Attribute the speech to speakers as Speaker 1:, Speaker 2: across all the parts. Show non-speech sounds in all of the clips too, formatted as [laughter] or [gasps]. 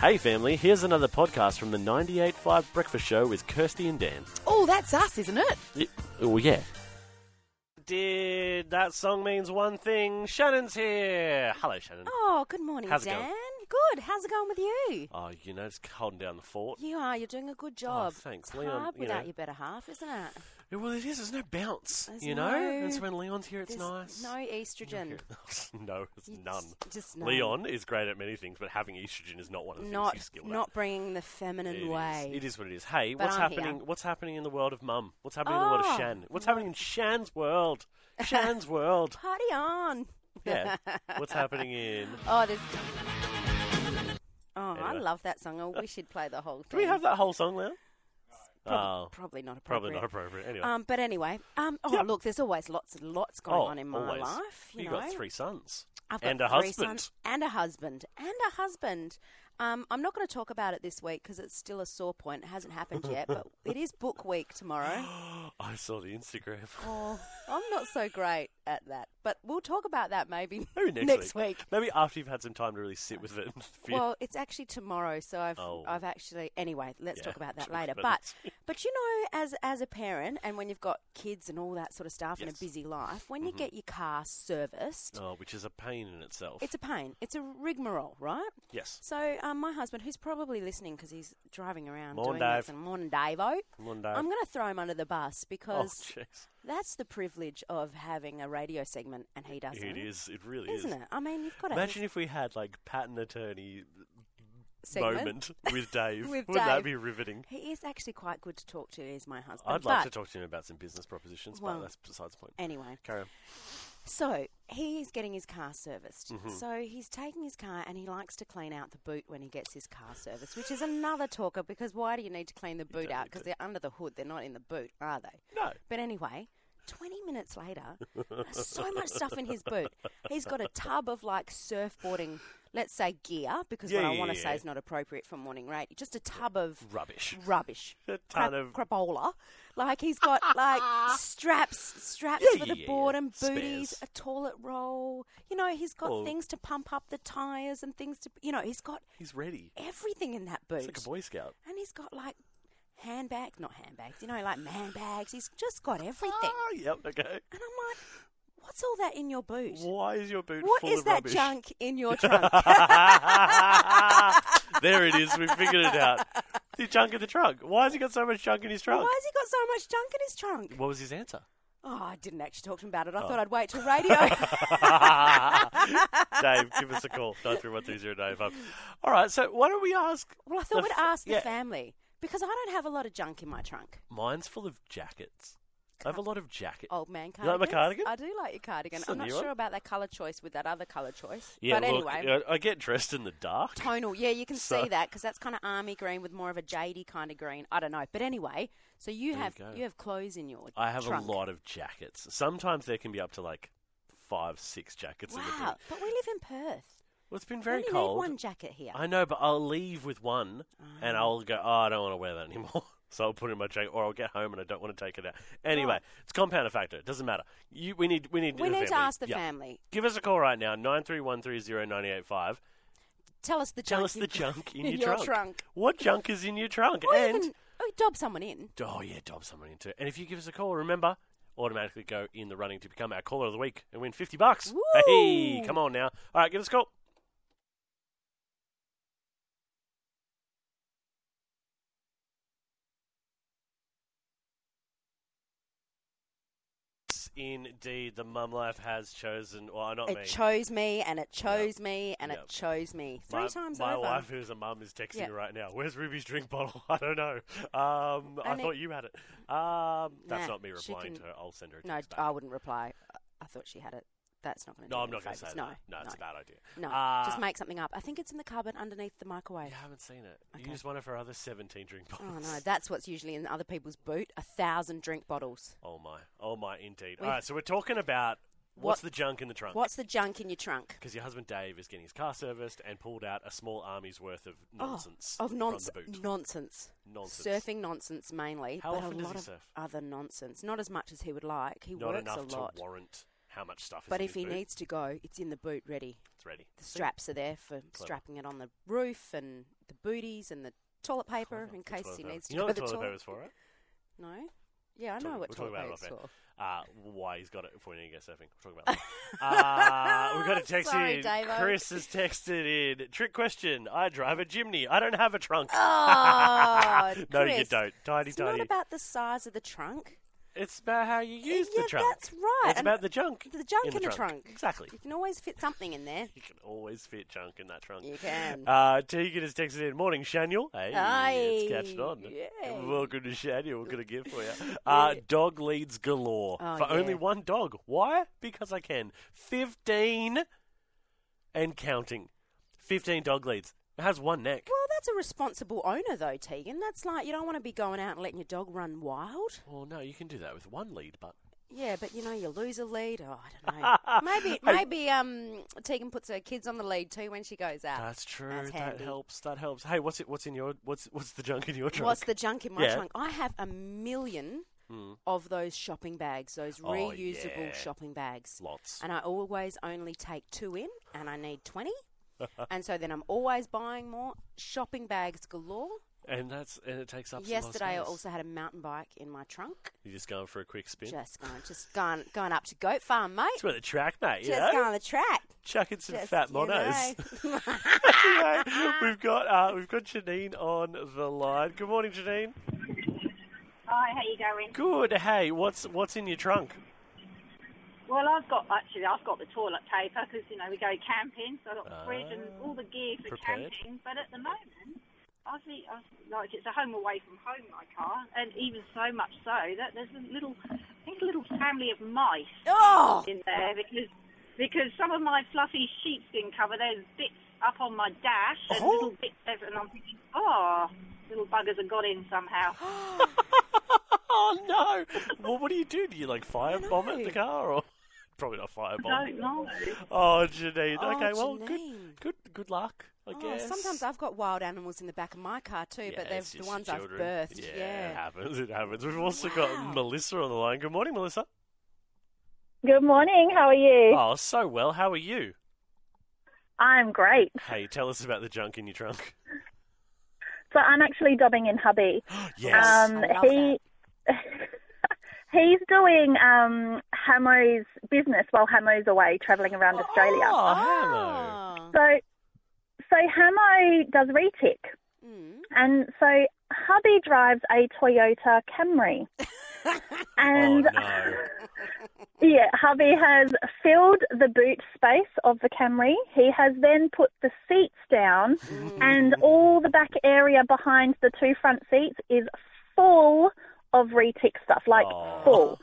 Speaker 1: Hey, family, here's another podcast from the 98.5 Breakfast Show with Kirsty and Dan.
Speaker 2: Oh, that's us, isn't it?
Speaker 1: Y- Oh, yeah. Did that song means one thing? Shannon's here. Hello, Shannon.
Speaker 3: Oh, good morning,
Speaker 1: How's it
Speaker 3: Dan.
Speaker 1: going?
Speaker 3: Good. How's it going with you?
Speaker 1: Oh, you know, it's holding down the fort.
Speaker 3: You are. You're doing a good job.
Speaker 1: Oh, thanks,
Speaker 3: It's
Speaker 1: Leon,
Speaker 3: hard
Speaker 1: you
Speaker 3: without
Speaker 1: know.
Speaker 3: your better half, isn't it?
Speaker 1: Yeah, Well, it is. There's no bounce,
Speaker 3: There's
Speaker 1: you know?
Speaker 3: no-
Speaker 1: That's when Leon's here, it's
Speaker 3: There's
Speaker 1: nice.
Speaker 3: No estrogen.
Speaker 1: [laughs] no, it's
Speaker 3: You
Speaker 1: none.
Speaker 3: just- Just none.
Speaker 1: Leon is great at many things, but having estrogen is not one of the
Speaker 3: Not
Speaker 1: things he's skilled
Speaker 3: not
Speaker 1: at.
Speaker 3: bringing the feminine
Speaker 1: It is-
Speaker 3: way.
Speaker 1: It is what it is. Hey,
Speaker 3: But
Speaker 1: what's
Speaker 3: I'm here.
Speaker 1: happening? What's happening in the world of mum? What's happening in the world of
Speaker 3: Oh.
Speaker 1: Shan? What's happening in Shan's world? Shan's world.
Speaker 3: Party on.
Speaker 1: [laughs] Yeah. What's happening in?
Speaker 3: Oh, there's. Oh, I
Speaker 1: Anyway.
Speaker 3: love that
Speaker 1: [laughs]
Speaker 3: song. I wish you'd play the whole thing.
Speaker 1: Do we have that whole song now?
Speaker 3: Prob-
Speaker 1: Oh,
Speaker 3: probably not
Speaker 1: probably
Speaker 3: appropriate.
Speaker 1: not appropriate. Anyway.
Speaker 3: Um, but anyway, um, oh
Speaker 1: Yeah.
Speaker 3: look, there's always lots and lots going
Speaker 1: oh,
Speaker 3: on in my
Speaker 1: always.
Speaker 3: life. You,
Speaker 1: You've
Speaker 3: know?
Speaker 1: got three sons
Speaker 3: I've got
Speaker 1: and a
Speaker 3: three
Speaker 1: husband.
Speaker 3: sons and a husband. And a husband. Um, I'm not going to talk about it this week because it's still a sore point. It hasn't happened yet,
Speaker 1: [laughs]
Speaker 3: but it is book week tomorrow.
Speaker 1: [laughs] [gasps] I saw the Instagram.
Speaker 3: Oh, I'm not so great at that, but we'll talk about that maybe,
Speaker 1: [laughs] [laughs] Maybe next,
Speaker 3: week.
Speaker 1: Maybe after you've had some time to really sit with it. [laughs] and feel-
Speaker 3: Well, it's actually tomorrow, so I've
Speaker 1: Oh.
Speaker 3: I've actually anyway. Let's
Speaker 1: Yeah,
Speaker 3: talk about that
Speaker 1: [laughs] talk
Speaker 3: later.
Speaker 1: about
Speaker 3: But but you know, as as a parent, and when you've got kids and all that sort of stuff, and
Speaker 1: Yes. Mm-hmm.
Speaker 3: a busy life, when you get your car serviced,
Speaker 1: oh, which is a pain in itself.
Speaker 3: it's a pain. It's a rigmarole, right?
Speaker 1: yes.
Speaker 3: So um, my husband, who's probably listening because he's driving around
Speaker 1: Morning,
Speaker 3: doing
Speaker 1: Dave.
Speaker 3: this, and morning Davo,
Speaker 1: One day.
Speaker 3: I'm going to throw him under the bus
Speaker 1: oh,
Speaker 3: because
Speaker 1: [laughs] jeez.
Speaker 3: that's the privilege of having a radio segment, and he doesn't.
Speaker 1: It is. It really
Speaker 3: Isn't it? I mean, you've got to
Speaker 1: Imagine if we had like patent attorney
Speaker 3: segment.
Speaker 1: moment with Dave.
Speaker 3: [laughs] With
Speaker 1: Wouldn't that
Speaker 3: Dave.
Speaker 1: be riveting?
Speaker 3: He is actually quite good to talk to. Is my husband?
Speaker 1: I'd like
Speaker 3: but
Speaker 1: to talk to him about some business propositions,
Speaker 3: Well-
Speaker 1: but that's besides the point.
Speaker 3: Anyway,
Speaker 1: Carry on.
Speaker 3: so he is getting his car serviced.
Speaker 1: Mm-hmm.
Speaker 3: So he's taking his car and he likes to clean out the boot when he gets his car serviced, which is another talker because why do you need to clean the boot
Speaker 1: don't
Speaker 3: out?
Speaker 1: need
Speaker 3: Because
Speaker 1: to.
Speaker 3: they're under the hood, they're not in the boot, are they?
Speaker 1: No.
Speaker 3: But anyway, 20 minutes later, there's so much stuff in his boot. He's got a tub of like surfboarding, let's say gear, because
Speaker 1: Yeah,
Speaker 3: what I
Speaker 1: yeah,
Speaker 3: want to
Speaker 1: yeah,
Speaker 3: say
Speaker 1: yeah.
Speaker 3: is not appropriate for morning rate. Just a tub of
Speaker 1: Rubbish.
Speaker 3: rubbish.
Speaker 1: A
Speaker 3: Crap,
Speaker 1: ton of
Speaker 3: crapola. Like
Speaker 1: [laughs]
Speaker 3: he's got like straps, straps
Speaker 1: Yeah,
Speaker 3: for
Speaker 1: yeah,
Speaker 3: the
Speaker 1: yeah,
Speaker 3: board
Speaker 1: yeah.
Speaker 3: and booties,
Speaker 1: Spares.
Speaker 3: a toilet roll. You know, he's got
Speaker 1: Well-
Speaker 3: things to pump up the tires and things to. You know, he's got
Speaker 1: He's ready.
Speaker 3: everything in that boot,
Speaker 1: He's like a Boy Scout.
Speaker 3: and he's got like handbags, not handbags. You know, like man bags. He's just got everything.
Speaker 1: Ah, yep, okay.
Speaker 3: And I'm like, what's all that in your boot?
Speaker 1: Why is your boot
Speaker 3: What
Speaker 1: full
Speaker 3: is
Speaker 1: of
Speaker 3: that
Speaker 1: rubbish?
Speaker 3: junk in your
Speaker 1: [laughs]
Speaker 3: trunk?
Speaker 1: there it is. We figured it
Speaker 3: [laughs]
Speaker 1: out. The junk in the trunk. Why has he got so much junk in his trunk?
Speaker 3: Why has he got so much junk in his trunk?
Speaker 1: What was his
Speaker 3: [laughs]
Speaker 1: answer? [laughs]
Speaker 3: Oh, I didn't actually talk to him about it.
Speaker 1: Oh.
Speaker 3: I thought I'd wait till radio.
Speaker 1: Dave, give us a call. 93130955. All right, so why don't we ask?
Speaker 3: well, I thought we'd
Speaker 1: f-
Speaker 3: ask the
Speaker 1: yeah,
Speaker 3: family because I don't have a lot of junk in my trunk.
Speaker 1: Mine's full of jackets. I have a lot of jackets.
Speaker 3: Old man
Speaker 1: You like
Speaker 3: cardigan.
Speaker 1: my cardigan?
Speaker 3: I do like your cardigan.
Speaker 1: It's a
Speaker 3: I'm not
Speaker 1: new
Speaker 3: sure
Speaker 1: one.
Speaker 3: about that colour choice with that other colour choice.
Speaker 1: Yeah,
Speaker 3: but
Speaker 1: look,
Speaker 3: anyway,
Speaker 1: I, I get dressed in the dark.
Speaker 3: tonal. Yeah, you can
Speaker 1: So-
Speaker 3: see that because that's kind of army green with more of a jadey kind of green. I don't know, but anyway, so
Speaker 1: There
Speaker 3: you
Speaker 1: you
Speaker 3: have
Speaker 1: go.
Speaker 3: you, have clothes in your.
Speaker 1: I have
Speaker 3: trunk.
Speaker 1: a lot of jackets. Sometimes there can be up to like five, six jackets in the boot.
Speaker 3: Wow, but we live in Perth.
Speaker 1: Well, it's been
Speaker 3: We
Speaker 1: very
Speaker 3: only
Speaker 1: cold.
Speaker 3: Need one jacket Ah. here.
Speaker 1: I know, but I'll leave with one and I'll go, oh, I don't want to wear that anymore. [laughs] So I'll put it in my jacket, or I'll get home and I don't want to take it out. Anyway, it's compound factor. It doesn't matter. You, we need, we need,
Speaker 3: we
Speaker 1: the
Speaker 3: need to
Speaker 1: family.
Speaker 3: ask the
Speaker 1: Yeah.
Speaker 3: family.
Speaker 1: Give us a call right now, 93130985.
Speaker 3: Tell us the
Speaker 1: Tell
Speaker 3: junk
Speaker 1: us
Speaker 3: in-
Speaker 1: the junk in,
Speaker 3: your
Speaker 1: trunk. What junk is in your trunk?
Speaker 3: Or
Speaker 1: and
Speaker 3: even oh, dob someone in.
Speaker 1: oh yeah, dob someone into it. And if you give us a call, remember, automatically go in the running to become our caller of the week and win fifty bucks.
Speaker 3: Woo!
Speaker 1: Hey, come on now. All right, give us a call. Indeed, the mum life has chosen. Well, not Oh, me.
Speaker 3: It chose me, and it chose me, and
Speaker 1: Yep.
Speaker 3: it chose me three
Speaker 1: my,
Speaker 3: times
Speaker 1: my
Speaker 3: over.
Speaker 1: wife, who's a mum, is texting
Speaker 3: Yeah.
Speaker 1: me right now. Where's Ruby's drink bottle? [laughs] I don't know. Um, I
Speaker 3: And it-
Speaker 1: thought you had it. Um, that's
Speaker 3: Nah,
Speaker 1: not me
Speaker 3: she
Speaker 1: replying to
Speaker 3: can-
Speaker 1: her. I'll send her a
Speaker 3: No,
Speaker 1: text back.
Speaker 3: I wouldn't reply. I- I thought she had it. That's not going to.
Speaker 1: no,
Speaker 3: do
Speaker 1: I'm
Speaker 3: me
Speaker 1: not going to say
Speaker 3: favours.
Speaker 1: that.
Speaker 3: No,
Speaker 1: no, it's a bad idea.
Speaker 3: no.
Speaker 1: Uh,
Speaker 3: Just make something up. I think it's in the cupboard underneath the microwave.
Speaker 1: You haven't seen it.
Speaker 3: Okay.
Speaker 1: Use one of her other 17 drink bottles.
Speaker 3: Oh no, that's what's usually in other people's boot. A thousand drink bottles.
Speaker 1: [laughs] Oh, my. Oh, my, indeed.
Speaker 3: We-
Speaker 1: All right, so we're talking about what's the
Speaker 3: What-
Speaker 1: junk in the trunk.
Speaker 3: What's the junk in your trunk?
Speaker 1: Because your husband Dave is getting his car serviced and pulled out a small army's worth of nonsense
Speaker 3: Oh, of nonsense,
Speaker 1: from the boot.
Speaker 3: nonsense,
Speaker 1: Nonsense.
Speaker 3: surfing nonsense mainly.
Speaker 1: How
Speaker 3: but
Speaker 1: often
Speaker 3: a
Speaker 1: does
Speaker 3: lot
Speaker 1: he
Speaker 3: of
Speaker 1: surf?
Speaker 3: other nonsense. Not as much as he would like. He
Speaker 1: Not
Speaker 3: works
Speaker 1: enough
Speaker 3: a lot.
Speaker 1: to warrant how much stuff is
Speaker 3: But
Speaker 1: in his
Speaker 3: if he
Speaker 1: boot.
Speaker 3: needs to go, it's in the boot ready.
Speaker 1: It's ready.
Speaker 3: The straps are there for strapping it on the roof and the booties and the toilet paper in case
Speaker 1: Toilet
Speaker 3: he
Speaker 1: paper.
Speaker 3: needs to
Speaker 1: you know
Speaker 3: go
Speaker 1: what
Speaker 3: to the
Speaker 1: toilet
Speaker 3: toilet.
Speaker 1: paper is for, right?
Speaker 3: No. Yeah, I know
Speaker 1: Talking-
Speaker 3: what
Speaker 1: we'll talk
Speaker 3: toilet
Speaker 1: about it
Speaker 3: paper's
Speaker 1: off
Speaker 3: for.
Speaker 1: Uh, why he's got it if we need to go surfing. We'll talk about that.
Speaker 3: [laughs]
Speaker 1: uh, we've got a text
Speaker 3: Sorry,
Speaker 1: in.
Speaker 3: Davo.
Speaker 1: Chris has texted in. Trick question. I drive a Jimny. I don't have a trunk.
Speaker 3: Oh,
Speaker 1: [laughs] no, you
Speaker 3: Chris,
Speaker 1: don't. Tiny,
Speaker 3: It's
Speaker 1: tiny.
Speaker 3: not about the size of the trunk.
Speaker 1: it's about how you use
Speaker 3: yeah,
Speaker 1: the trunk.
Speaker 3: that's right.
Speaker 1: It's
Speaker 3: And
Speaker 1: about the junk.
Speaker 3: the junk
Speaker 1: in the,
Speaker 3: in the trunk.
Speaker 1: Exactly.
Speaker 3: You can always fit something
Speaker 1: [laughs]
Speaker 3: in there.
Speaker 1: You can always fit junk in that trunk.
Speaker 3: You can.
Speaker 1: Uh, Tegan has texted in. Morning, Shaniel. Hey, it's
Speaker 3: Hey,
Speaker 1: catching on.
Speaker 3: yay.
Speaker 1: Welcome to Shaniel. We've got a gift
Speaker 3: [laughs]
Speaker 1: for you. Uh, Dog leads galore.
Speaker 3: Oh,
Speaker 1: for only
Speaker 3: yeah.
Speaker 1: one dog. Why? Because I can. 15 and counting. 15 dog leads. It has one neck.
Speaker 3: Well, that's a responsible owner, though, Tegan. That's like you don't want to be going out and letting your dog run wild.
Speaker 1: Well, no, you can do that with one lead, but.
Speaker 3: Yeah, but you know you lose a lead. Oh,
Speaker 1: [laughs]
Speaker 3: I don't know. maybe, maybe um, Tegan puts her kids on the lead too when she goes out.
Speaker 1: That's true.
Speaker 3: That's
Speaker 1: that
Speaker 3: handy.
Speaker 1: helps. That helps. Hey, what's it? What's in your? What's what's the junk in your trunk?
Speaker 3: What's the junk in my
Speaker 1: Yeah. Hmm.
Speaker 3: trunk? I have a million of those shopping bags, those
Speaker 1: Oh,
Speaker 3: reusable
Speaker 1: yeah.
Speaker 3: shopping bags.
Speaker 1: Lots.
Speaker 3: And I always only take two in, and I
Speaker 1: [laughs]
Speaker 3: need 20. and so then I'm always buying more shopping bags galore.
Speaker 1: And that's and it takes up. some lot of
Speaker 3: Yesterday, I
Speaker 1: space.
Speaker 3: also had a mountain bike in my trunk.
Speaker 1: You just going for a quick spin.
Speaker 3: Just going, just going, going up to goat farm, mate.
Speaker 1: It's where the track, mate. You know?
Speaker 3: Just going the track.
Speaker 1: chucking some
Speaker 3: Just,
Speaker 1: fat
Speaker 3: you
Speaker 1: [laughs]
Speaker 3: know.
Speaker 1: monos. Anyway,
Speaker 3: [laughs]
Speaker 1: we've got uh, we've got Janine on the line. Good morning, Janine.
Speaker 2: Hi, how you going?
Speaker 1: Good. Hey, what's what's in your trunk?
Speaker 2: Well, I've got actually I've got the toilet paper because you know we go camping, so I've got the fridge and all the gear for
Speaker 1: prepared.
Speaker 2: camping. But at the moment, I think I like it's a home away from home my car, and even so much so that there's a little I think a little family of mice
Speaker 3: Oh,
Speaker 2: in there because because some of my fluffy sheepskin cover there's bits up on my dash and
Speaker 1: Oh.
Speaker 2: little bits, of- and I'm thinking, oh, little buggers have got in somehow.
Speaker 1: Oh no! well, what do you do? Do you like firebomb at the
Speaker 3: know.
Speaker 1: car or [laughs] probably not
Speaker 2: I
Speaker 1: firebomb?
Speaker 2: don't know.
Speaker 1: Oh, Janine.
Speaker 3: Oh,
Speaker 1: okay, well, good,
Speaker 3: Janine.
Speaker 1: good, good luck. I
Speaker 3: Oh,
Speaker 1: guess.
Speaker 3: sometimes I've got wild animals in the back of my car too,
Speaker 1: Yeah,
Speaker 3: but they're
Speaker 1: it's
Speaker 3: the
Speaker 1: just your
Speaker 3: ones I've
Speaker 1: children.
Speaker 3: birthed.
Speaker 1: Yeah,
Speaker 3: Yeah.
Speaker 1: it happens. It happens. We've also
Speaker 3: Wow.
Speaker 1: got Melissa on the line. Good morning, Melissa.
Speaker 4: Good morning. How are you?
Speaker 1: Oh, so well. How are you?
Speaker 4: I'm great.
Speaker 1: Hey, tell us about the junk in your trunk.
Speaker 4: So I'm actually dobbing in hubby.
Speaker 1: [gasps] yes.
Speaker 4: um,
Speaker 3: I love
Speaker 4: he [laughs] he's doing um, Hamo's business while Hamo's away travelling around Australia.
Speaker 1: Oh, hello.
Speaker 3: Ah.
Speaker 4: So so Hamo does retic,
Speaker 3: Mm.
Speaker 4: and so hubby drives a Toyota Camry,
Speaker 1: [laughs]
Speaker 4: and
Speaker 1: oh no.
Speaker 4: Yeah, hubby has filled the boot space of the Camry. He has then put the seats down, and all the back area behind the two front seats is full of retic stuff, like
Speaker 1: Aw.
Speaker 4: full.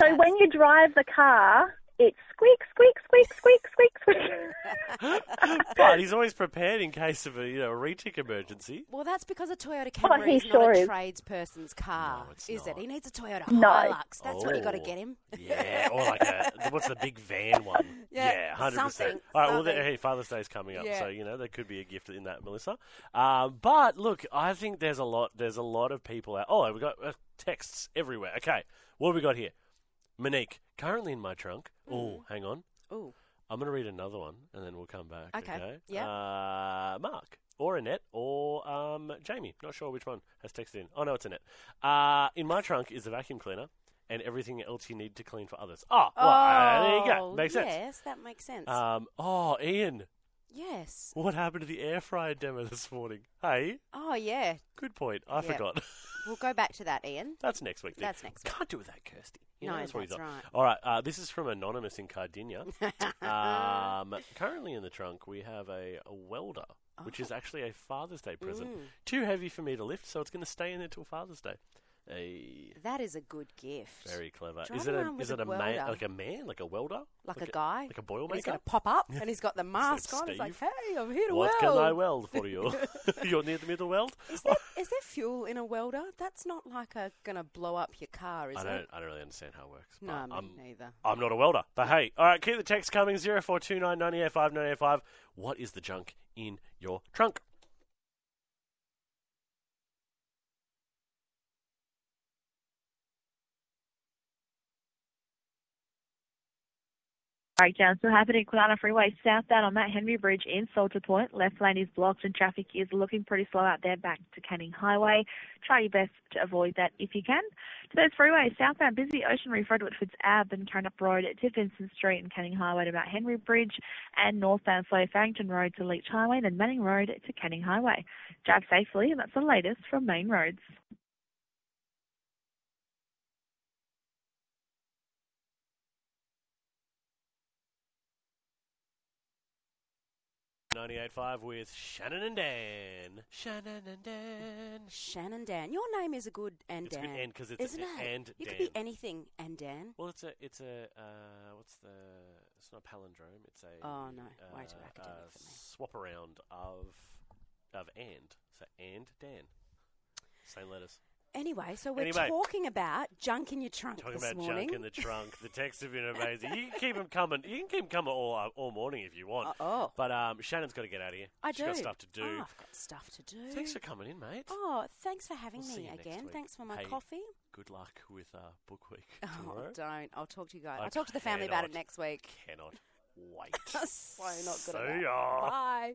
Speaker 4: So when you drive the car, it's squeak, squeak, squeak, squeak, squeak, squeak. [laughs]
Speaker 1: Oh,
Speaker 3: [laughs]
Speaker 1: but he's always prepared in case of a you know a retic emergency.
Speaker 3: Well, that's because a Toyota Camry
Speaker 4: he
Speaker 3: is
Speaker 4: sure
Speaker 3: not a
Speaker 4: is.
Speaker 3: tradesperson's car,
Speaker 1: it's
Speaker 3: is
Speaker 1: not.
Speaker 3: it? He needs a Toyota
Speaker 4: No.
Speaker 3: Hilux. That's what you got to
Speaker 1: Oh.
Speaker 3: get him.
Speaker 1: Yeah, or like a what's the big van one?
Speaker 3: [laughs] Yeah,
Speaker 1: hundred percent.
Speaker 3: something,
Speaker 1: All right, well,
Speaker 3: something.
Speaker 1: hey, Father's Day's coming up,
Speaker 3: Yeah.
Speaker 1: so you know there could be a gift in that, Melissa. Um, but look, I think there's a lot. There's a lot of people out. Oh, we got uh, texts everywhere. Okay, what have we got here? Monique, currently in my trunk.
Speaker 3: Mm.
Speaker 1: Oh, hang on.
Speaker 3: Ooh,
Speaker 1: I'm going to read another one and then we'll come back. Okay.
Speaker 3: Okay. Yeah.
Speaker 1: Uh, Mark or Annette or um, Jamie. Not sure which one has texted in. Oh, no, it's Annette. Uh, in my trunk is the vacuum cleaner and everything else you need to clean for others. Oh, well, uh, there you go.
Speaker 3: Oh,
Speaker 1: Makes sense.
Speaker 3: Yes, that makes sense.
Speaker 1: Um, oh, Ian,
Speaker 3: yes.
Speaker 1: what happened to the air fryer demo this morning? Hey,
Speaker 3: Oh, yeah.
Speaker 1: good point. I
Speaker 3: Yeah.
Speaker 1: forgot. [laughs]
Speaker 3: We'll go back to that, Ian. [laughs]
Speaker 1: That's next week. Nick.
Speaker 3: That's next week.
Speaker 1: Can't do without Kirsty.
Speaker 3: No,
Speaker 1: what he's
Speaker 3: that's
Speaker 1: on.
Speaker 3: right.
Speaker 1: All right, uh, this is from Anonymous in Cardinia.
Speaker 3: Uh-uh.
Speaker 1: um, currently in the trunk, we have a, a welder, which
Speaker 3: Oh.
Speaker 1: is actually a Father's Day present.
Speaker 3: Mm.
Speaker 1: Too heavy for me to lift, so it's going to stay in there till Father's Day. A
Speaker 3: That is a good gift.
Speaker 1: very clever.
Speaker 3: Driving
Speaker 1: is it a
Speaker 3: around with
Speaker 1: is
Speaker 3: a
Speaker 1: it a man
Speaker 3: welder.
Speaker 1: like a man like a welder
Speaker 3: like, a, guy.
Speaker 1: like a boil
Speaker 3: And He's going
Speaker 1: maker?
Speaker 3: to pop up and he's
Speaker 1: [laughs]
Speaker 3: got the mask on. He's like,
Speaker 1: Steve.
Speaker 3: hey, I'm here to
Speaker 1: What
Speaker 3: weld.
Speaker 1: can I weld for
Speaker 3: [laughs]
Speaker 1: you? [laughs] You're near the middle weld.
Speaker 3: Is there, [laughs] is there fuel in a welder? That's not like a going to blow up your car, is
Speaker 1: I
Speaker 3: it?
Speaker 1: don't I don't really understand how it works.
Speaker 3: No,
Speaker 1: but
Speaker 3: me
Speaker 1: I'm-
Speaker 3: neither.
Speaker 1: I'm not a welder. But hey, all right, keep the text coming 0429985985. What is the junk in your trunk?
Speaker 4: breakdowns are happening. Kwinana Freeway southbound on Mount Henry Bridge in Salter Point. Left lane is blocked and traffic is looking pretty slow out there back to Canning Highway. Try your best to avoid that if you can. To those freeways, southbound busy Ocean Reef Road, Whitford's Ave and Carnup Road to Vincent Street and Canning Highway to Mount Henry Bridge. And northbound slow Farrington Road to Leach Highway and then Manning Road to Canning Highway. Drive safely and that's the latest from Main Roads.
Speaker 1: Ninety-eight-five with Shannon and Dan. Shannon and Dan.
Speaker 3: Shannon Dan. Your name is a good and
Speaker 1: It's a
Speaker 3: Dan.
Speaker 1: good and 'cause it's a
Speaker 3: isn't
Speaker 1: a-
Speaker 3: it?
Speaker 1: and
Speaker 3: you could be
Speaker 1: Dan.
Speaker 3: anything and Dan.
Speaker 1: Well, it's a it's a uh, what's the it's not a palindrome. It's a
Speaker 3: Oh, no.
Speaker 1: uh,
Speaker 3: Way too academic
Speaker 1: uh,
Speaker 3: for me.
Speaker 1: Swap around of of and so and Dan. Same letters.
Speaker 3: Anyway, so we're
Speaker 1: Anyway.
Speaker 3: talking about junk in your trunk
Speaker 1: Talking
Speaker 3: this
Speaker 1: about
Speaker 3: morning.
Speaker 1: junk in the
Speaker 3: [laughs]
Speaker 1: trunk. The texts have been amazing. You can keep them coming. You can keep 'em coming all uh, all morning if you want.
Speaker 3: Uh-oh.
Speaker 1: But um, Shannon's got to get out of here.
Speaker 3: Oh. I
Speaker 1: She's
Speaker 3: do.
Speaker 1: got stuff to do.
Speaker 3: Oh, I've got stuff to do.
Speaker 1: Thanks for coming in, mate.
Speaker 3: Oh, thanks for having
Speaker 1: We'll see
Speaker 3: me
Speaker 1: you next
Speaker 3: again.
Speaker 1: week.
Speaker 3: Thanks for my
Speaker 1: Hey,
Speaker 3: coffee.
Speaker 1: Good luck with uh, book week
Speaker 3: Oh,
Speaker 1: tomorrow.
Speaker 3: don't. I'll talk to you guys.
Speaker 1: I
Speaker 3: I'll talk to the family about it
Speaker 1: cannot.
Speaker 3: next week. [laughs]
Speaker 1: Cannot wait.
Speaker 3: so not good
Speaker 1: See
Speaker 3: at that.
Speaker 1: ya.
Speaker 3: Bye.